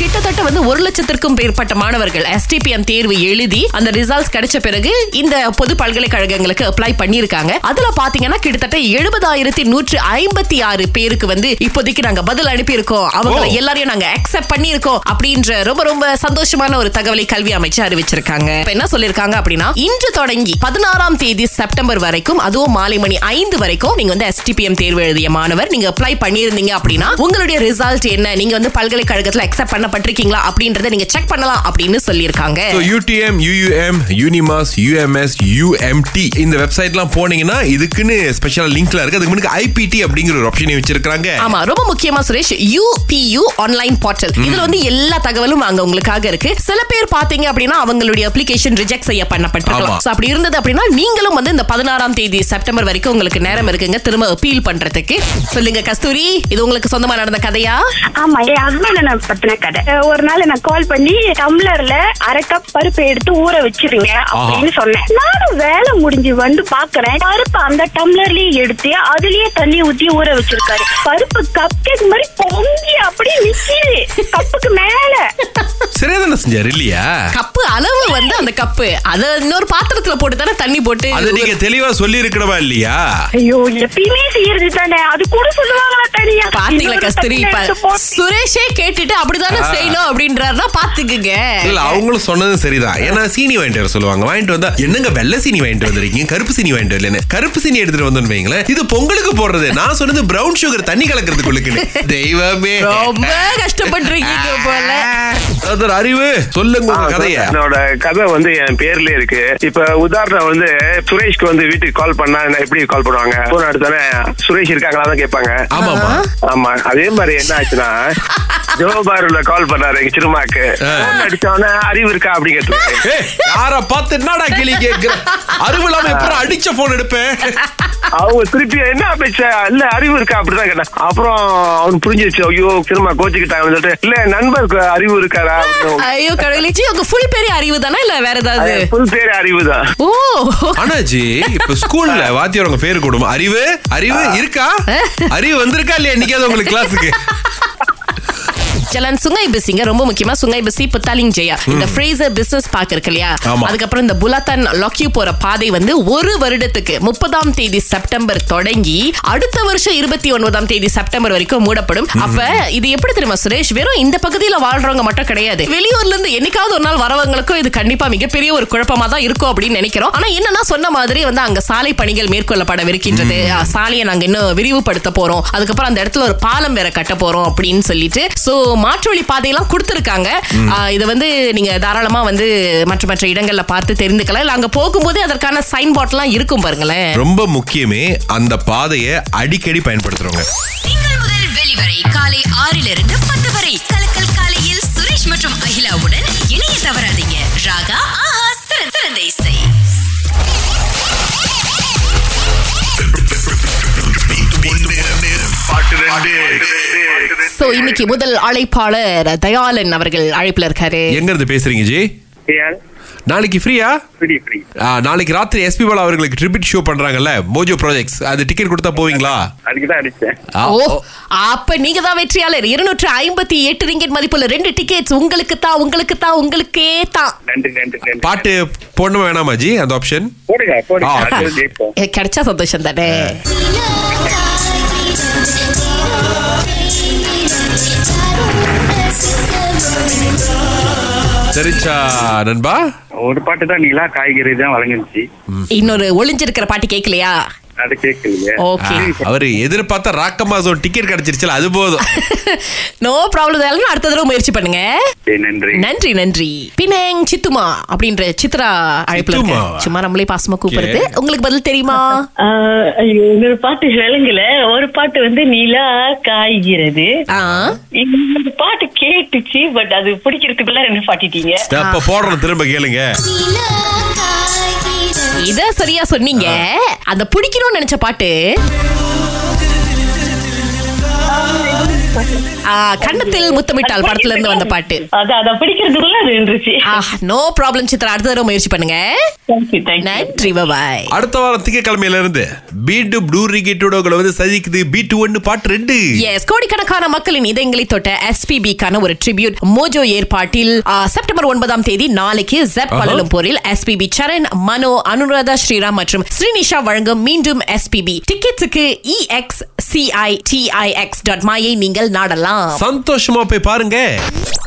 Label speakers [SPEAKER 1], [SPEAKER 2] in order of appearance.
[SPEAKER 1] கிட்டத்தட்ட வந்து ஒரு லட்சத்திற்கும் மேற்பட்ட மாணவர்கள் எஸ்டிபிஎம் தேர்வு எழுதி அந்த ரிசல்ட்ஸ் கிடைச்ச பிறகு இந்த பொது பல்கலைக்கழகங்களுக்கு அப்ளை பண்ணியிருக்காங்க அதுல பாத்தீங்கன்னா கிட்டத்தட்ட எழுபதாயிரத்தி நூற்று ஐம்பத்தி ஆறு பேருக்கு வந்து இப்போதைக்கு நாங்க பதில் அனுப்பியிருக்கோம் அவங்கள
[SPEAKER 2] ஓ.
[SPEAKER 1] எல்லாரையும் நாங்க அக்செப்ட் பண்ணியிருக்கோம் அப்படின்ற ரொம்ப ரொம்ப சந்தோஷமான ஒரு தகவலை கல்வி அமைச்சு அறிவிச்சிருக்காங்க இப்ப என்ன சொல்லிருக்காங்க அப்படின்னா இன்று தொடங்கி பதினாறாம் தேதி செப்டம்பர் வரைக்கும் அதுவும் மாலை மணி ஐந்து வரைக்கும் நீங்க வந்து எஸ்டிபிஎம் தேர்வு எழுதிய மாணவர் நீங்க அப்ளை பண்ணியிருந்தீங்க அப்படின்னா உங்களுடைய ரிசல்ட் என்ன நீங்க வந்து பல்கலைக்கழகத்துல அக்செப்ட் பண்ணப்பட்டிருக்கீங்களா அப்படின்றத நீங்க செக் பண்ணலாம் அப்படின்னு சொல்லியிருக்காங்க
[SPEAKER 2] So, UTM, UUM, Unimas, UMS, UMT இந்த வெப்சைட்லாம் போனீங்கன்னா இதுக்குன்னு ஸ்பெஷல் லிங்க்ல இருக்கு அதுக்கு முன்னாடி ஐபிடி அப்படிங்கிற ஒரு ஆப்ஷனை வச்சிருக்காங்க
[SPEAKER 1] ஆமா ரொம்ப முக்கியமா சுரேஷ் யூபியு ஆன்லைன் போர்ட்டல் இதுல வந்து எல்லா தகவலும் அங்க உங்களுக்காக இருக்கு சில பேர் பாத்தீங்க அப்படின்னா அவங்களுடைய அப்ளிகேஷன் ரிஜெக்ட் செய்ய பண்ணப்பட்டிருக்கலாம்
[SPEAKER 2] ஆமா.
[SPEAKER 1] So, அப்படி இருந்தது அப்படின்னா நீங்களும் வந்து இந்த பதினாறாம் தேதி செப்டம்பர் வரைக்கும் உங்களுக்கு நேரம் இருக்குங்க திரும்ப அப்பீல் பண்றதுக்கு சொல்லுங்க கஸ்தூரி இது உங்களுக்கு சொந்தமா நடந்த கதையா
[SPEAKER 3] ஆமா என் ஹஸ்பண்ட் நான் பத்தின கதை அஹ் ஒரு நாள் நான் கால் பண்ணி டம்ளர்ல அரை கப் பருப்பு எடுத்து ஊற வச்சிருங்க அப்படின்னு சொன்னேன் நானும் வேலை முடிஞ்சு வந்து பாக்குறேன் பருப்பு அந்த டம்ளர்லயே எடுத்து அதுலயே தண்ணி ஊத்தி ஊற வச்சிருக்காரு பருப்பு கப் கேக் மாதிரி பொங்கி அப்படியே நிக்கிது கப்புக்கு மேல
[SPEAKER 2] சரியா தானே செஞ்சாரு இல்லையா
[SPEAKER 1] கப்பு அளவு வந்து அந்த கப்பு அத இன்னொரு பாத்திரத்துல போட்டு தானே தண்ணி போட்டு
[SPEAKER 2] அது நீங்க தெளிவா சொல்லி இருக்கடவா இல்லையா
[SPEAKER 3] ஐயோ எப்பயுமே செய்யறது தானே அது கூட சொல்லுவாங்களா தனியா
[SPEAKER 1] பாத்தீங்களா
[SPEAKER 3] இன்னொரு
[SPEAKER 1] கஸ்தூரி
[SPEAKER 3] தட்டுல
[SPEAKER 1] இப்ப
[SPEAKER 3] எடுத்து போட்டு-
[SPEAKER 1] சுரேஷே கேட்டுட்டு அப்படிதானே
[SPEAKER 2] ஆ.
[SPEAKER 1] செய்யணும் அப்படின்றாருன்னா பாத்துக்குங்க
[SPEAKER 2] இல்ல அவங்களும் சொன்னதும் சரிதான் ஏன்னா சீனி வாங்கிட்டு வர சொல்லுவாங்க வாங்கிட்டு வந்தா என்னங்க வெள்ளை சீனி வாங்கிட்டு வந்திருக்கீங்க கருப்பு சீனி வாங்கிட்டு வரலன்னு கருப்பு சீனி எடுத்துட்டு வந்தோம்னு வைங்களேன் இது பொங்கலுக்கு போடுறது நான் சொன்னது பிரவுன் சுகர் தண்ணி கலக்கிறதுக்குள்ளுக்கு தெய்வமே
[SPEAKER 1] ரொம்ப கஷ்டப்பட்டிருக்கீங்க போல
[SPEAKER 2] அது ஒரு அறிவு சொல்லுங்க உங்க
[SPEAKER 4] ஆ,
[SPEAKER 2] கதைய
[SPEAKER 4] sir, என்னோட கதை வந்து என் பேர்ல இருக்கு இப்ப உதாரணம் வந்து சுரேஷ்க்கு வந்து வீட்டுக்கு கால் பண்ணா என்ன எப்படி கால் பண்ணுவாங்க போன எடுத்தானே சுரேஷ் இருக்காங்களா தான் கேட்பாங்க
[SPEAKER 2] ஆமாமா
[SPEAKER 4] ஆமா அதே மாதிரி என்ன ஆச்சுன்னா ஜோபாருல கால் பண்ணாரு எங்க சிறுமாக்கு
[SPEAKER 2] ஆ.
[SPEAKER 4] போன் அடிச்சவன அறிவு இருக்கா அப்படி கேட்டாரு
[SPEAKER 2] ஏய், யார பார்த்து என்னடா கேள்வி கேக்குற அறிவு இல்லாம எப்பறம் அடிச்ச போன் எடுப்பேன்
[SPEAKER 4] அவங்க திருப்பி என்ன பேச்ச இல்ல அறிவு இருக்கா அப்படிதான் கேட்டேன் அப்புறம் அவனுக்கு புரிஞ்சிருச்சு ஐயோ சிறுமா கோச்சுக்கிட்டாங்கன்னு சொல்லிட்டு இல்ல நண்பருக்கு அறிவு இருக்காரா அப்படின்னு
[SPEAKER 1] ஐயோ கடவுளே ஜி உங்க ஃபுல் பேரு அறிவு தானா இல்ல வேற ஏதாவது
[SPEAKER 4] புல் பேர் அறிவுதான்
[SPEAKER 1] ஓ
[SPEAKER 2] ஆனாஜி இப்ப ஸ்கூல்ல வாத்தியார் உங்க பேரு கொடுமா அறிவு அறிவு இருக்கா அறிவு வந்திருக்கா இல்லையா இன்னைக்காவது உங்களுக்கு கிளாஸுக்கு
[SPEAKER 1] ஜலன் சுங்கை பிசிங்க ரொம்ப முக்கியமா சுங்கை பிசி புத்தாலிங் ஜெயா இந்த ஃப்ரேசர் பிசினஸ் பார்க் இருக்கு இல்லையா
[SPEAKER 2] ஆமா.
[SPEAKER 1] அதுக்கப்புறம் இந்த புலத்தன் லொக்கியூ போற பாதை வந்து ஒரு வருடத்துக்கு முப்பதாம் தேதி செப்டம்பர் தொடங்கி அடுத்த வருஷம் இருபத்தி ஒன்பதாம் தேதி செப்டம்பர் வரைக்கும் மூடப்படும் அப்ப இது எப்படி தெரியுமா சுரேஷ் வெறும் இந்த பகுதியில வாழ்றவங்க மட்டும் கிடையாது வெளியூர்ல இருந்து என்னைக்காவது ஒரு நாள் வரவங்களுக்கும் இது கண்டிப்பா மிகப்பெரிய ஒரு குழப்பமா தான் இருக்கும் அப்படின்னு நினைக்கிறோம் ஆனா என்னன்னா சொன்ன மாதிரி வந்து அங்க சாலை பணிகள் மேற்கொள்ளப்படவிருக்கின்றது அஹ் சாலையை நாங்க இன்னும் விரிவுபடுத்த போறோம் அதுக்கப்புறம் அந்த இடத்துல ஒரு பாலம் வேற கட்ட போறோம் அப்படின்னு சொல்லிட்டு சோ மாற்று வழி பாதையெல்லாம் கொடுத்துருக்காங்க அஹ் இதை வந்து நீங்க தாராளமா வந்து மற்ற மற்ற இடங்கள்ல பார்த்து தெரிந்துக்கலாம் இல்ல அங்க போகும்போது அதற்கான சைன் போர்ட்லாம் இருக்கும் பாருங்களேன்
[SPEAKER 2] ரொம்ப முக்கியமே அந்த பாதையை அடிக்கடி பயன்படுத்துறவங்க
[SPEAKER 5] திங்கள் முதல் வெளிவரை காலை ஆறிலிருந்து பத்து வரை கலக்கல் காலையில் சுரேஷ் மற்றும் அகிலாவுடன் இணைய தவறாதீங்க ராகா ஆஹா சிறந்த சிறந்த இசை
[SPEAKER 1] சோ இன்னைக்கு முதல் அழைப்பாளர் தயாளன் அவர்கள் அழைப்புல இருக்காரு
[SPEAKER 2] எங்க இருந்து பேசுறீங்க ஜி நாளைக்கு ஃப்ரீயா
[SPEAKER 4] ஃப்ரீ ஃப்ரீ
[SPEAKER 2] ஆ, நாளைக்கு ராத்திரி எஸ்பி பாலா அவர்களுக்கு ட்ரிபிட் ஷோ பண்றாங்கல்ல மோஜோ ப்ராஜெக்ட்ஸ் அது டிக்கெட் கொடுத்தா போவீங்களா
[SPEAKER 4] அதுக்கு தான் அடிச்சேன்
[SPEAKER 2] ஆ,
[SPEAKER 1] ஓ அப்ப நீங்க தான் வெற்றியாளர் இருநூற்று ஐம்பத்தி எட்டு ரிங்கெட் மதிப்புள்ள ரெண்டு டிக்கெட்ஸ் உங்களுக்கு தான் உங்களுக்கு தான் உங்களுக்கே தான்
[SPEAKER 4] நன்றி நன்றி நன்றி
[SPEAKER 2] பாட்டு போடணுமா வேணாமா ஜி அந்த ஆப்ஷன்
[SPEAKER 4] போடுங்க போடுங்க
[SPEAKER 2] ஆ,
[SPEAKER 4] அது ஜெயிப்போம்
[SPEAKER 1] ஏ, கிடைச்சா சந்தோஷம் தானே
[SPEAKER 2] சரிச்சா நண்பா
[SPEAKER 6] ஒரு பாட்டு தான் நீங்களா காய்கறி தான் வழங்கிருச்சு
[SPEAKER 1] இன்னொரு ஒளிஞ்சிருக்கிற பாட்டு கேட்கலையா
[SPEAKER 6] அது கேட்கலையே
[SPEAKER 1] ஓகே
[SPEAKER 2] அவர் எதிர்பார்த்த ராக்கமாசம் டிக்கெட் கிடைச்சிருச்சுல அது போதும்
[SPEAKER 1] நோ ப்ராப்ளம் அடுத்த தடவை முயற்சி பண்ணுங்க
[SPEAKER 6] சரி, நன்றி
[SPEAKER 1] நன்றி நன்றி பின்னேங் சித்துமா அப்படின்ற சித்ரா அழைப்புல இருக்க.
[SPEAKER 2] சித்துமாவா?
[SPEAKER 1] சும்மா நம்மளே பாசமா கூப்பிடுறது
[SPEAKER 2] Okay.
[SPEAKER 1] உங்களுக்கு பதில் தெரியுமா
[SPEAKER 7] ஆஹ் ஐயோ, இன்னொரு பாட்டு விளங்குல ஒரு பாட்டு வந்து நிலா காய்கிறது
[SPEAKER 1] ஆ.
[SPEAKER 7] இன்னொரு பாட்டு கேட்டுச்சு பட் அது பிடிக்கிறதுக்குள்ள என்ன பாட்டிட்டீங்க
[SPEAKER 2] அப்ப போடுறோம் திரும்ப கேளுங்க
[SPEAKER 1] இத சரியா சொன்னீங்க அந்த பிடிக்கணும்னு நினைச்ச பாட்டு ஆ, கண்ணத்தில் முத்தமிட்டால் படத்துல இருந்து வந்த பாட்டு
[SPEAKER 7] அது அத பிடிக்கிறதுக்குள்ள அது இருந்துச்சு
[SPEAKER 1] நோ ப்ராப்ளம் சித்ரா அடுத்த தடவை முயற்சி பண்ணுங்க
[SPEAKER 7] தேங்க்யூ தேங்க்யூ
[SPEAKER 1] நன்றி பாய்
[SPEAKER 2] அடுத்த வாரம் திங்கக்கிழமையில இருந்து பீட்டு ப்ளூ ரிக்கெட்டோட வந்து சதிக்குது பீட்டு ஒன்னு பாட்டு ரெண்டு
[SPEAKER 1] எஸ் கோடிக்கணக்கான மக்களின் இதயங்களை தொட்ட எஸ்பிபிக்கான ஒரு ட்ரிபியூட் மோஜோ ஏற்பாட்டில் ஆ, செப்டம்பர் ஒன்பதாம் தேதி நாளைக்கு ஜெப்
[SPEAKER 2] ஆஹா.
[SPEAKER 1] வளரும் போரில் எஸ்பிபி சரண் மனோ அனுராதா ஸ்ரீராம் மற்றும் ஸ்ரீனிஷா வழங்கும் மீண்டும் எஸ்பிபி டிக்கெட்ஸுக்கு இஎக்ஸ் சிஐடிஐஎக்ஸ் டாட் மாயை நீங்கள் நாடலாம்
[SPEAKER 2] சந்தோஷமா போய் பாருங்க